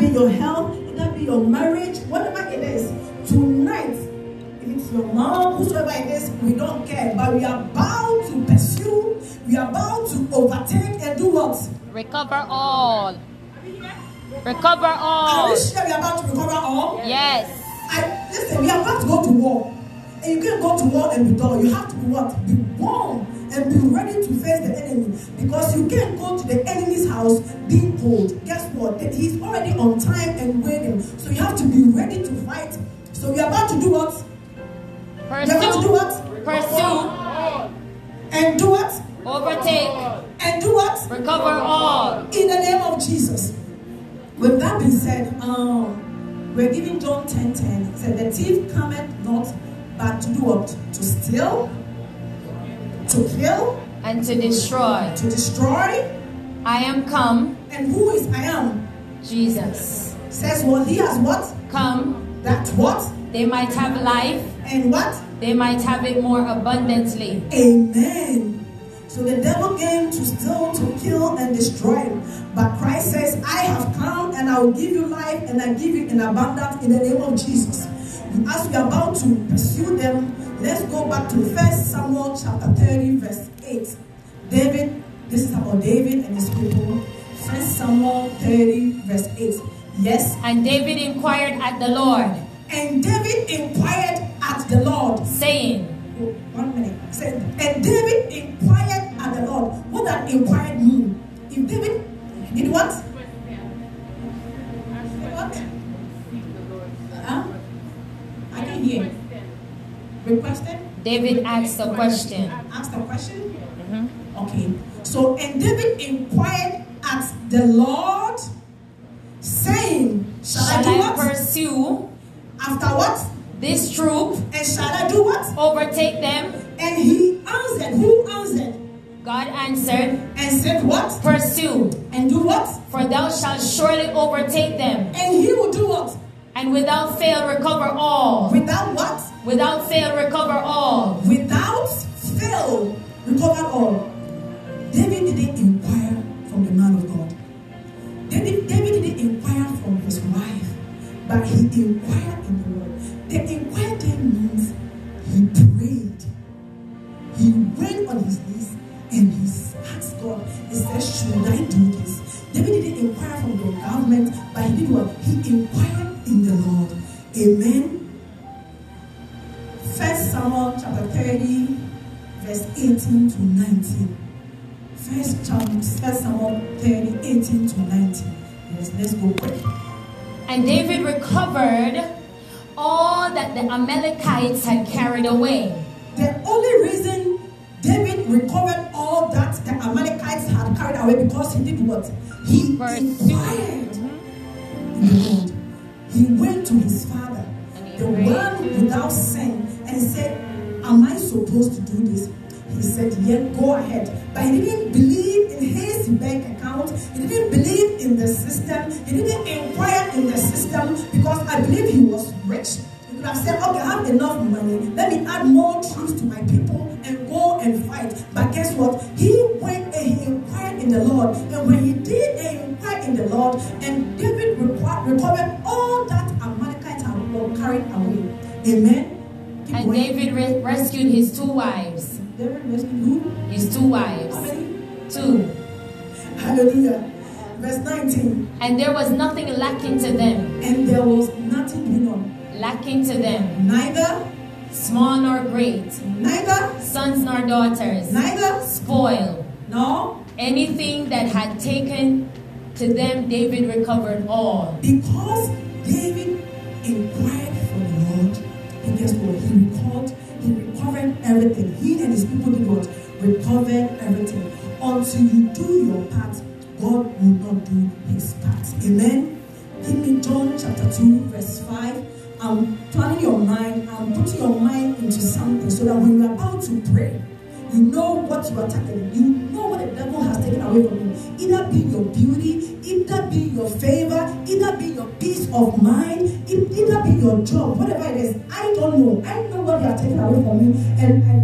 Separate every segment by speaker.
Speaker 1: your health, it can be your marriage, whatever it is. Tonight, if it's your mom, whosoever it is, we don't care. But we are bound to pursue, we are bound to overtake and do what?
Speaker 2: Recover all. Recover
Speaker 1: Are
Speaker 2: all.
Speaker 1: you sure we are about to recover all?
Speaker 2: Oh. Yes.
Speaker 1: I, listen, we are about to go to war. And you can't go to war and be dull. You have to be what? Be warm and be ready to face the enemy. Because you can't go to the enemy's house being cold. Guess what? That He's already on time and waiting. So you have to be ready to fight. So we are about to do what? We are about to do
Speaker 2: Pursue.
Speaker 1: what?
Speaker 2: Pursue.
Speaker 1: And do what?
Speaker 2: Overtake.
Speaker 1: And do what?
Speaker 2: Recover all.
Speaker 1: in the name of Jesus. With that being said, um, we're giving John 10 10. It said, The thief cometh not but to do what? To steal, to kill,
Speaker 2: And to destroy.
Speaker 1: to destroy.
Speaker 2: I am come,
Speaker 1: And who is I am?
Speaker 2: Jesus.
Speaker 1: Says what? He has what?
Speaker 2: Come.
Speaker 1: That what?
Speaker 2: They might have life.
Speaker 1: And what?
Speaker 2: They might have it more abundantly.
Speaker 1: Amen. So the devil came to steal, to kill, and destroy. But Christ says, I have come and I will give you life and I give you in abundance in the name of Jesus. As we are about to pursue them, let's go back to 1 Samuel chapter 30, verse 8. David, this is about David and his people. 1 Samuel 30, verse 8. Yes.
Speaker 2: And David inquired at the Lord,
Speaker 1: And David inquired at the Lord,
Speaker 2: saying,
Speaker 1: Oh, one minute. It says, and David inquired at the Lord. What that inquired mean? If David did what? What? Huh? I can hear. Requested?
Speaker 2: David asked a question.
Speaker 1: Asked a question?
Speaker 2: Mm-hmm.
Speaker 1: Okay. So, and David inquired at the Lord, saying, Shall, I
Speaker 2: Shall
Speaker 1: do
Speaker 2: I
Speaker 1: what?
Speaker 2: pursue
Speaker 1: After what?
Speaker 2: this troop,
Speaker 1: And shall I do what?
Speaker 2: overtake them?
Speaker 1: And he answered. Who answered?
Speaker 2: God answered,
Speaker 1: And said, What?
Speaker 2: Pursue,
Speaker 1: And do what?
Speaker 2: for thou shalt surely overtake them,
Speaker 1: And he will do what?
Speaker 2: and without fail recover all.
Speaker 1: Without what?
Speaker 2: Without fail recover all.
Speaker 1: Without fail, recover all. David didn't inquire from the man of God. David, David didn't inquire from his wife, but he inquired in the Lord. The inquired then means he prayed. He went on his knees and he asked God, he said, Should I do this? David didn't inquire from the government, but he did what? He inquired in the Lord. Amen. First Samuel chapter 30, verse 18 to 19. First Samuel, First Samuel 30, 18 to 19. Yes, let's go quick.
Speaker 2: And David recovered all that the Amalekites had carried away.
Speaker 1: The only reason David recovered all that the Amalekites had carried away because he did what? He
Speaker 2: Verse
Speaker 1: inquired in the Lord. He went to his father,
Speaker 2: And he
Speaker 1: the
Speaker 2: prayed.
Speaker 1: one without sin, and he said, Am I supposed to do this? He said, Yet go ahead. But he didn't believe in his bank account. He didn't believe in the system. He didn't inquire in the system because I believe he was rich. He could have said, Okay, I have enough money. Let me add more truth to my people and go and fight. But guess what? He went and he inquired in the Lord. And when he did and he inquired in the Lord, and David requ- recovered all that Amalekites had all carried away. Amen. Keep
Speaker 2: And
Speaker 1: going.
Speaker 2: David re- rescued his two wives.
Speaker 1: David rescued who?
Speaker 2: His two
Speaker 1: How
Speaker 2: wives.
Speaker 1: many?
Speaker 2: Two.
Speaker 1: Hallelujah. Verse 19.
Speaker 2: And there was nothing lacking to them,
Speaker 1: And there was nothing doing on,
Speaker 2: lacking to them,
Speaker 1: neither,
Speaker 2: small nor great,
Speaker 1: neither,
Speaker 2: sons nor daughters,
Speaker 1: neither,
Speaker 2: spoil.
Speaker 1: no,
Speaker 2: Anything that had taken to them, David recovered all.
Speaker 1: Because David inquired for the Lord, and guess what? He recalled, he recovered everything. He and his people did what? Recovered everything. Until you do your part, God will not do his part. Amen. Give me John chapter 2, verse 5. I'm planning your mind, I'm putting your mind into something so that when you're about to pray, you know what you are tackling. You know what the devil has taken away from you. Either be your beauty, either be your favor, either be your peace of mind, e- either be your job, whatever it is. I don't know. I know what they are taking away from me, and I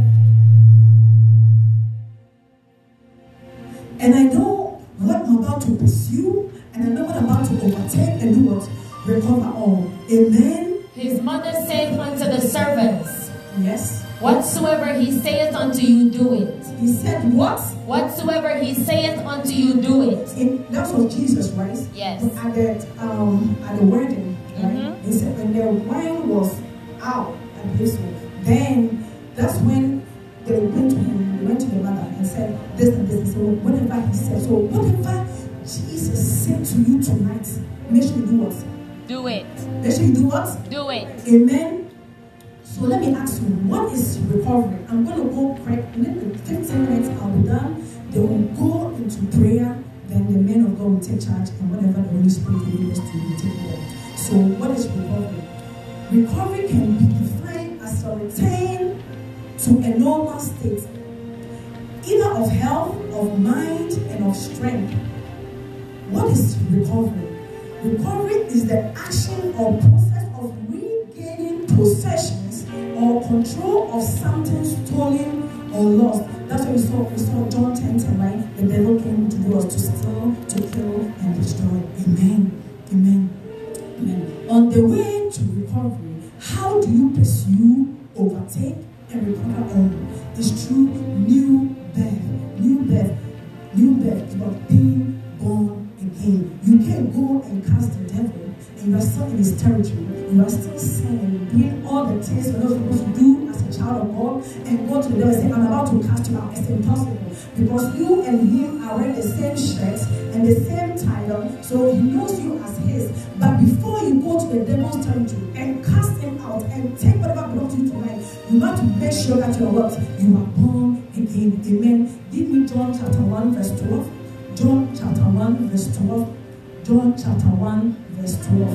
Speaker 1: and I know what I'm about to pursue, and and are not about to overtake and do what? Recover all. Amen.
Speaker 2: His mother saith unto the servants,
Speaker 1: Yes.
Speaker 2: Whatsoever he saith unto you, do it.
Speaker 1: He said what?
Speaker 2: Whatsoever he saith unto you, do it.
Speaker 1: In, that was Jesus, right?
Speaker 2: Yes.
Speaker 1: At the um at the wedding, right?
Speaker 2: Mhm.
Speaker 1: He said when the wine was out at his then that's when they went to him, they went to the mother and said this and this and so whatever he said. So whatever Jesus said to you tonight, make sure you do what?
Speaker 2: Do it.
Speaker 1: Make sure you do what?
Speaker 2: Do it.
Speaker 1: Amen. So let me ask you, what is recovery? I'm going to go quick. In the 15 minutes, I'll be done. They will go into prayer. Then the men of God will take charge, and whatever the Holy Spirit leads us to, will take over. So, what is recovery? Recovery can be defined as a return to a normal state, either of health, of mind, and of strength. What is recovery? Recovery is the action or process of regaining possessions or control of something stolen or lost. That's what we saw. We saw John 10, 10 right? The devil came to do us to steal, to kill, and destroy. Amen. Amen. Amen. On the way to recovery, how do you pursue, overtake, and recover all? It's through new birth. New birth. New birth. But being born again. You can go and cast the devil, and you are still in his territory. You are still sinning, doing all the things you're not supposed to do as a child of God, and go to the devil and say, I'm about to cast you out. It's impossible. Because you and him are wearing the same shirt and the same title, so he knows you as his. But before you go to the devil's territory and cast him out and take whatever belongs to you tonight, you have to make sure that you are what? You are born again. Amen. Give me John chapter 1, verse 12. John chapter 1, verse 12. John chapter 1, verse 12.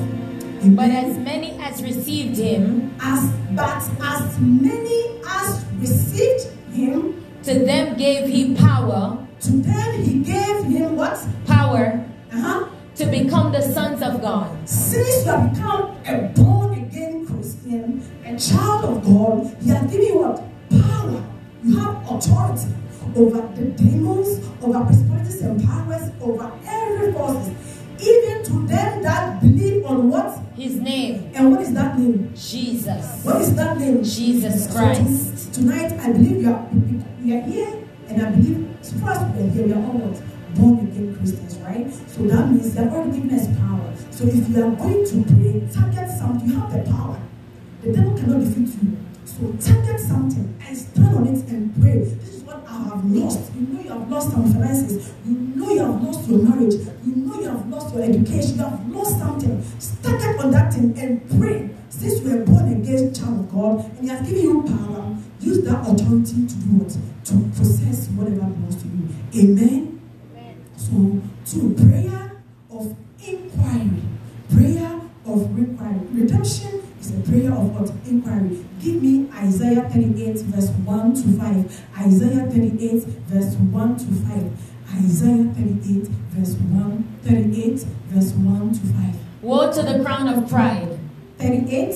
Speaker 1: Amen.
Speaker 2: But as many as received him,
Speaker 1: As but as many as received him,
Speaker 2: to them gave he power,
Speaker 1: to them he gave him what?
Speaker 2: power
Speaker 1: Uh-huh.
Speaker 2: to become the sons of God.
Speaker 1: Since you have become a born again Christian, a child of God, He has given you what? Power. You have authority over the demons, over principalities and powers, over every forces, even to them that believe on what?
Speaker 2: His name,
Speaker 1: And what is that name?
Speaker 2: Jesus.
Speaker 1: What is that name?
Speaker 2: Jesus
Speaker 1: So
Speaker 2: Christ.
Speaker 1: to- tonight, I believe you are, you are here, and I believe as far as we are here, we are all what? born again Christians, right? So that means that God given us power. So if you are going to pray, target something, you have the power. The devil cannot defeat you. So target something and stand on it and pray. This is what I have lost. You know you have lost some finances. You know you have lost your marriage. You know you have lost your education. You have lost something. Target on that thing and pray. Since you are born again child of God and He has given you power, use that authority to do what? To possess whatever belongs to you. Amen. So, to prayer of inquiry. Prayer of inquiry. Redemption is a prayer of what? Inquiry. Give me Isaiah 38, verse 1 to 5. Isaiah 38, verse 1 to 5. Isaiah 38, verse 1. 38, verse 1 to 5.
Speaker 2: Woe to the crown of pride.
Speaker 1: 38.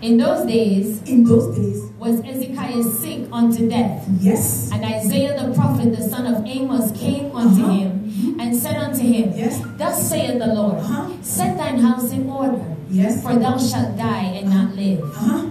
Speaker 2: In those days
Speaker 1: In those days,
Speaker 2: was Ezekiah sick unto death.
Speaker 1: yes.
Speaker 2: And Isaiah the prophet, the son of Amos, came unto
Speaker 1: Uh-huh.
Speaker 2: him and said unto him,
Speaker 1: Yes.
Speaker 2: Thus saith the Lord,
Speaker 1: Uh-huh.
Speaker 2: set thine house in order,
Speaker 1: Yes.
Speaker 2: for thou shalt die and not live.
Speaker 1: Uh-huh.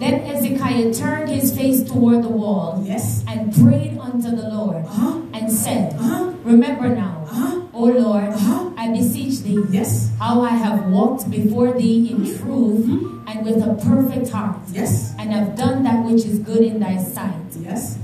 Speaker 2: Then Ezekiah turned his face toward the wall
Speaker 1: Yes.
Speaker 2: and prayed unto the Lord
Speaker 1: Uh-huh.
Speaker 2: and said,
Speaker 1: Uh-huh.
Speaker 2: Remember now,
Speaker 1: Uh-huh.
Speaker 2: O Lord,
Speaker 1: Uh-huh.
Speaker 2: I beseech thee,
Speaker 1: Yes.
Speaker 2: how I have walked before thee in truth
Speaker 1: Uh-huh.
Speaker 2: and with a perfect heart,
Speaker 1: Yes.
Speaker 2: and have done that which is good in thy sight.
Speaker 1: Yes.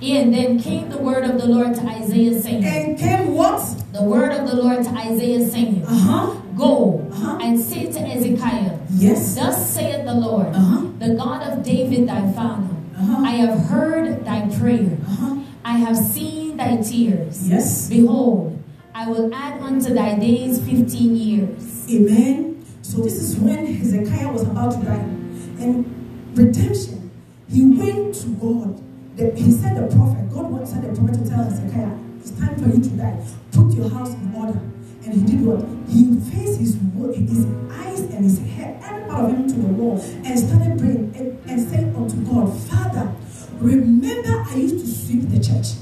Speaker 2: And then came the word of the Lord to Isaiah, saying,
Speaker 1: And came what?
Speaker 2: The word of the Lord to Isaiah, saying,
Speaker 1: Uh-huh.
Speaker 2: Go
Speaker 1: Uh-huh.
Speaker 2: and say to Ezekiah,
Speaker 1: Yes.
Speaker 2: Thus saith the Lord,
Speaker 1: Uh-huh.
Speaker 2: the God of David thy father,
Speaker 1: Uh-huh.
Speaker 2: I have heard thy prayer,
Speaker 1: Uh-huh.
Speaker 2: I have seen thy tears.
Speaker 1: Yes.
Speaker 2: Behold, I will add unto thy days fifteen years.
Speaker 1: Amen. So this is when Hezekiah was about to die. And redemption, he went to God. The- he said the prophet, God once sent the prophet to tell Hezekiah, it's time for you to die. Put your house in order. And he did what? He faced his, wo- his eyes and his head, every part of him to the wall, and started praying and, and saying unto God, Father, remember I used to sweep the church.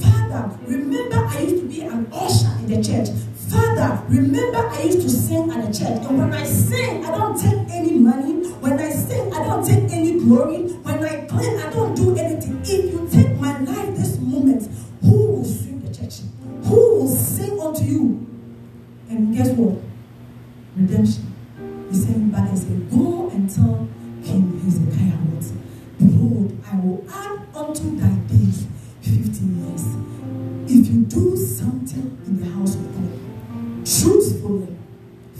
Speaker 1: Father, remember I used to be a church. Father, remember I used to sing at the church. And when I sing, I don't take any money. When I sing, I don't take any glory. When I claim, I don't do anything. If you take my life this moment, who will sing the church? Who will sing unto you? And guess what? Redemption. He sent him back and said, Go and tell King Hezekiah what? Behold, I will add unto thy days 50 years. If you do something in the house of God, truthfully,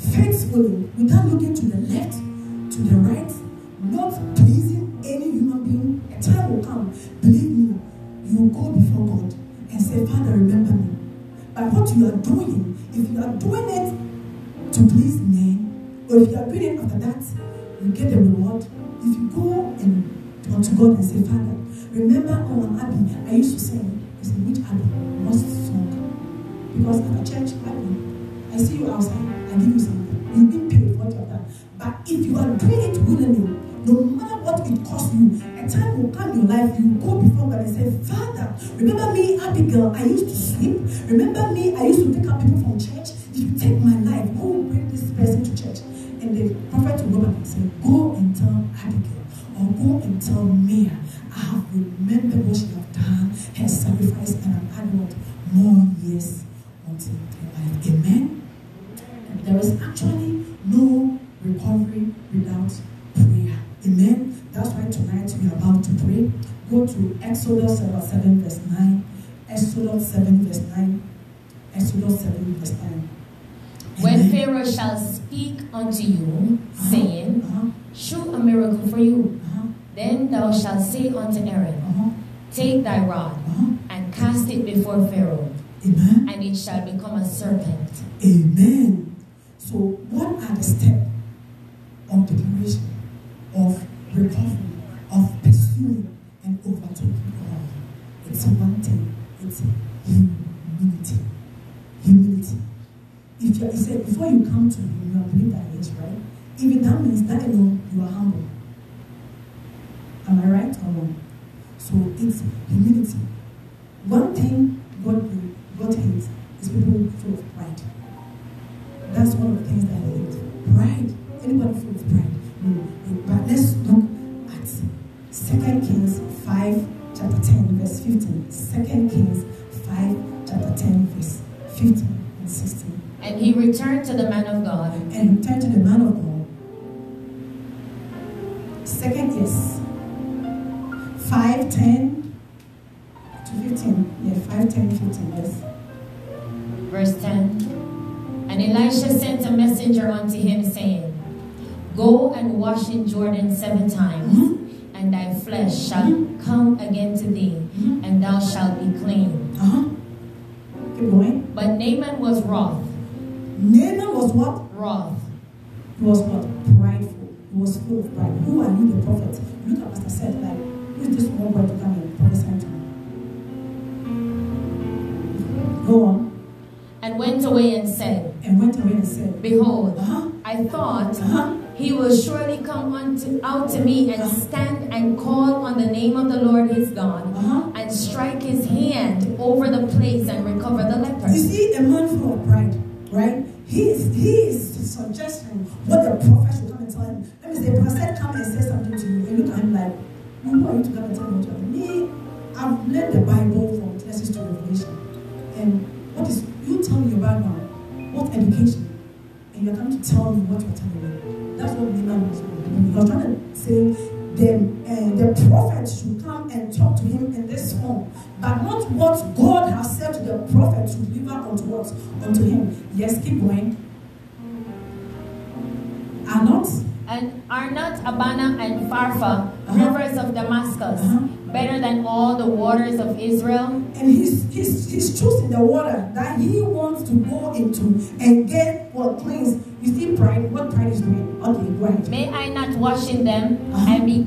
Speaker 1: faithfully, without looking to the left, to the right, not pleasing any human being, a time will come. Believe me, you will go before God and say, Father, remember me. But what you are doing, if you are doing it to please men, or if you are doing it after that, you get the reward. If you go and unto God and say, Father, remember oh I'm happy. I used to sing. I said, which Abby? What song? Because at a church, Abby, I see you outside, I give you something. You've been paid for what you have done. But if you are doing it willingly, no matter what it costs you, a time will come in your life, you go before God and say, Father, remember me, Abigail, I used to sleep. Remember me, I used to pick up people from church. If you take my life, who will bring this person to church? And the prophet will go back and say, Go and tell Abigail, or go and tell Mia, I have remembered what she have done, her sacrifice, and I'm adding what? More years until her life. Amen? And there is actually no recovery without prayer. Amen. That's why tonight we are about to pray. Go to Exodus chapter 7, verse 9. Exodus 7, verse 9. Exodus 7, verse 9.
Speaker 2: When
Speaker 1: Amen.
Speaker 2: Pharaoh shall speak unto you,
Speaker 1: Uh-huh,
Speaker 2: saying,
Speaker 1: uh-huh,
Speaker 2: Shew a miracle for you,
Speaker 1: uh-huh,
Speaker 2: then thou shalt say unto Aaron,
Speaker 1: uh-huh,
Speaker 2: Take thy rod,
Speaker 1: uh-huh.
Speaker 2: and cast it before Pharaoh,
Speaker 1: Amen.
Speaker 2: and it shall become a serpent.
Speaker 1: Amen. So, what are the steps of declaration, of recovery, of pursuing and overtaking God? It's one thing. It's humility. Humility. If you, he said, before you come to me, you are beneath thy age, right? Even that means that alone, you are humble. Am I right or wrong? So it's humility. One thing God God hates is people full of pride. That's one of the things that I hate. Pride. Anybody full of pride. No. But let's look at 2 Kings 5, chapter 10, verse 15. 2 Kings 5, chapter 10, verse 15 and 16.
Speaker 2: And he returned to the man of God,
Speaker 1: And return to the man of God. Second yes. 5, 10 to 15. Yeah, 5, 10, 15, yes.
Speaker 2: verse 10. And Elisha sent a messenger unto him, saying, Go and wash in Jordan seven times,
Speaker 1: Mhm,
Speaker 2: and thy flesh shall come again to thee,
Speaker 1: mhm,
Speaker 2: and thou shalt be clean.
Speaker 1: Uh-huh. Keep going.
Speaker 2: But Naaman was wroth,
Speaker 1: Naaman was what?
Speaker 2: wroth,
Speaker 1: He was what? Prideful. He was full of pride. Who are you, the prophet? Look at Pastor said, like, who is this small boy to come and prophesy to me? Go on.
Speaker 2: and went away and said,
Speaker 1: And went away and said,
Speaker 2: Behold,
Speaker 1: Uh-huh.
Speaker 2: I thought
Speaker 1: Uh-huh.
Speaker 2: he will surely come unto, out to me and stand and call on the name of the Lord his God,
Speaker 1: Uh-huh.
Speaker 2: and strike his hand over the place and recover the leper.
Speaker 1: You see, a man full of pride, right? He is he is suggesting what the prophet should come and tell him. Let me say, the prophet come and say something to you, and look at him like, who are you to come and tell me what to do? Me, I've read the Bible from Genesis to Revelation, and what is you tell me your background, what education, and you're coming to tell me what you're telling me. That's what Naaman was doing. He was trying to say. Then uh, the prophet should come and talk to him in this form but not what God has said to the prophet to deliver unto what unto him. Yes, keep going. Are not
Speaker 2: And are not Abana and Farfa,
Speaker 1: Uh-huh.
Speaker 2: rivers of Damascus,
Speaker 1: Uh-huh.
Speaker 2: better than all the waters of Israel?
Speaker 1: and he's, he's he's choosing the water that he wants to go into and get what cleans. You see, pride. What pride is doing? Okay, go ahead.
Speaker 2: May I not wash in them
Speaker 1: Uh-huh.
Speaker 2: and be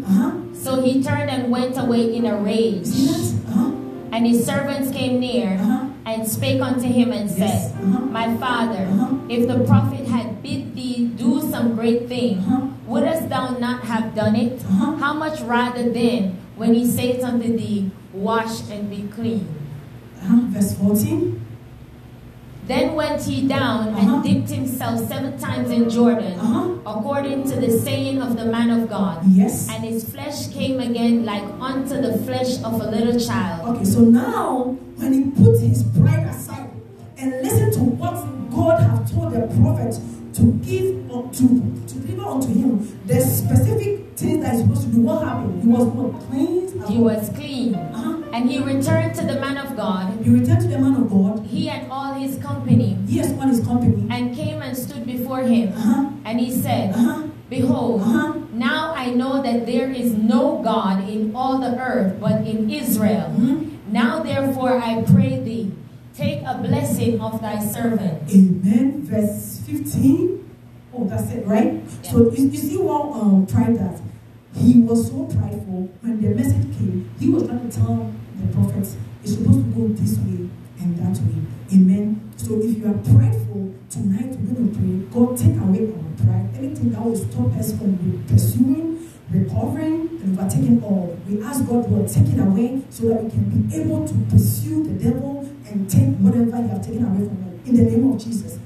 Speaker 1: Uh huh.
Speaker 2: So he turned and went away in a rage.
Speaker 1: See that? Uh huh.
Speaker 2: And his servants came
Speaker 1: Uh
Speaker 2: near
Speaker 1: huh.
Speaker 2: and spake unto him and
Speaker 1: Yes.
Speaker 2: said,
Speaker 1: Uh huh.
Speaker 2: My father,
Speaker 1: Uh-huh.
Speaker 2: if the prophet had bid thee do some great
Speaker 1: Uh
Speaker 2: thing,
Speaker 1: huh.
Speaker 2: wouldst thou not have done it?
Speaker 1: Uh huh.
Speaker 2: How much rather then, when he saith unto thee, Wash and be clean?
Speaker 1: Uh-huh. Verse 14.
Speaker 2: Then went he down
Speaker 1: Uh-huh.
Speaker 2: and dipped himself seven times in Jordan,
Speaker 1: Uh-huh.
Speaker 2: according to the saying of the man of God.
Speaker 1: Yes.
Speaker 2: And his flesh came again like unto the flesh of a little child.
Speaker 1: Okay, so now when he put his pride aside and listened to what God had told the prophet to give or to, to deliver unto him, the specific things that he's supposed to do, what happened? He was what cleansed. and-
Speaker 2: He was clean.
Speaker 1: Uh-huh.
Speaker 2: And he returned to the man of God,
Speaker 1: He returned to the man of God.
Speaker 2: he and all his company,
Speaker 1: He has on his company.
Speaker 2: and came and stood before him.
Speaker 1: Uh-huh.
Speaker 2: And he said,
Speaker 1: Uh-huh.
Speaker 2: Behold,
Speaker 1: Uh-huh.
Speaker 2: now I know that there is no God in all the earth but in Israel.
Speaker 1: Mhm.
Speaker 2: Now therefore I pray thee, take a blessing of thy servant.
Speaker 1: Amen. Verse 15. Oh, that's it, right?
Speaker 2: Yeah.
Speaker 1: So you, you see what um, pride that? He was so prideful when the message came, he was trying to tell the prophets, it's supposed to go this way and that way. Amen. So if you are prideful tonight, we're going to pray, God, take away our pride. Anything that will stop us from pursuing, recovering, and overtaking all. We ask God to take it away so that we can be able to pursue the devil and take whatever you have taken away from him. In the name of Jesus.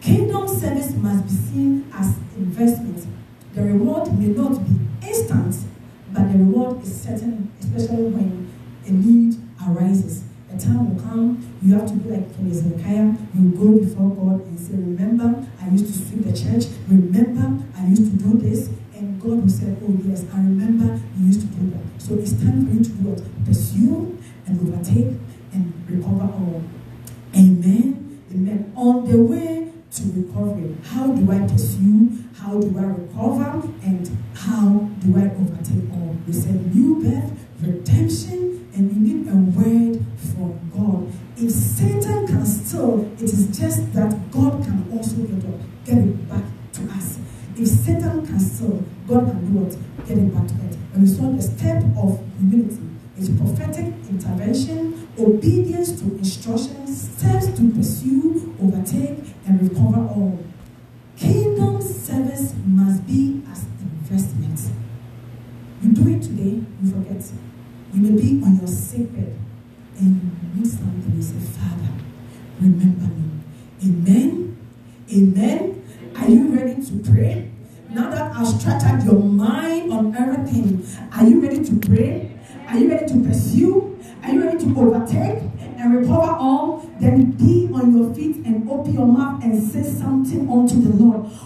Speaker 1: Kingdom service must be seen as investment. The reward may not be instant, but the reward is certain, especially when a need arises. A time will come, you have to be like King Hezekiah, you go before God and say, Remember, I used to sweep the church, remember, I used to do this, and God will say, Oh, yes, I remember you used to do that. So it's time for you to do what? Pursue and overtake and recover all. Amen. Amen. On the way to recovery, how do I pursue? How do I recover? And how do I overtake all? We said new birth, redemption, and we need a word from God. If Satan can still, it is just that God can also get up, get it back to us. If Satan can still, God can do what? Get it back to us. And we saw the step of humility is prophetic intervention, obedience to instructions, steps to pursue, overtake, and recover all. Kingdom service must be as investment. You do it today, you forget. You may be on your sick bed and you need something. You say, Father, remember me. Amen. Amen. Are you ready to pray? Now that I've stretched out your mind on everything, are you ready to pray? Are you ready to pursue? Are you ready to overtake and recover all? Then be on your feet and open your mouth and say something unto the Lord.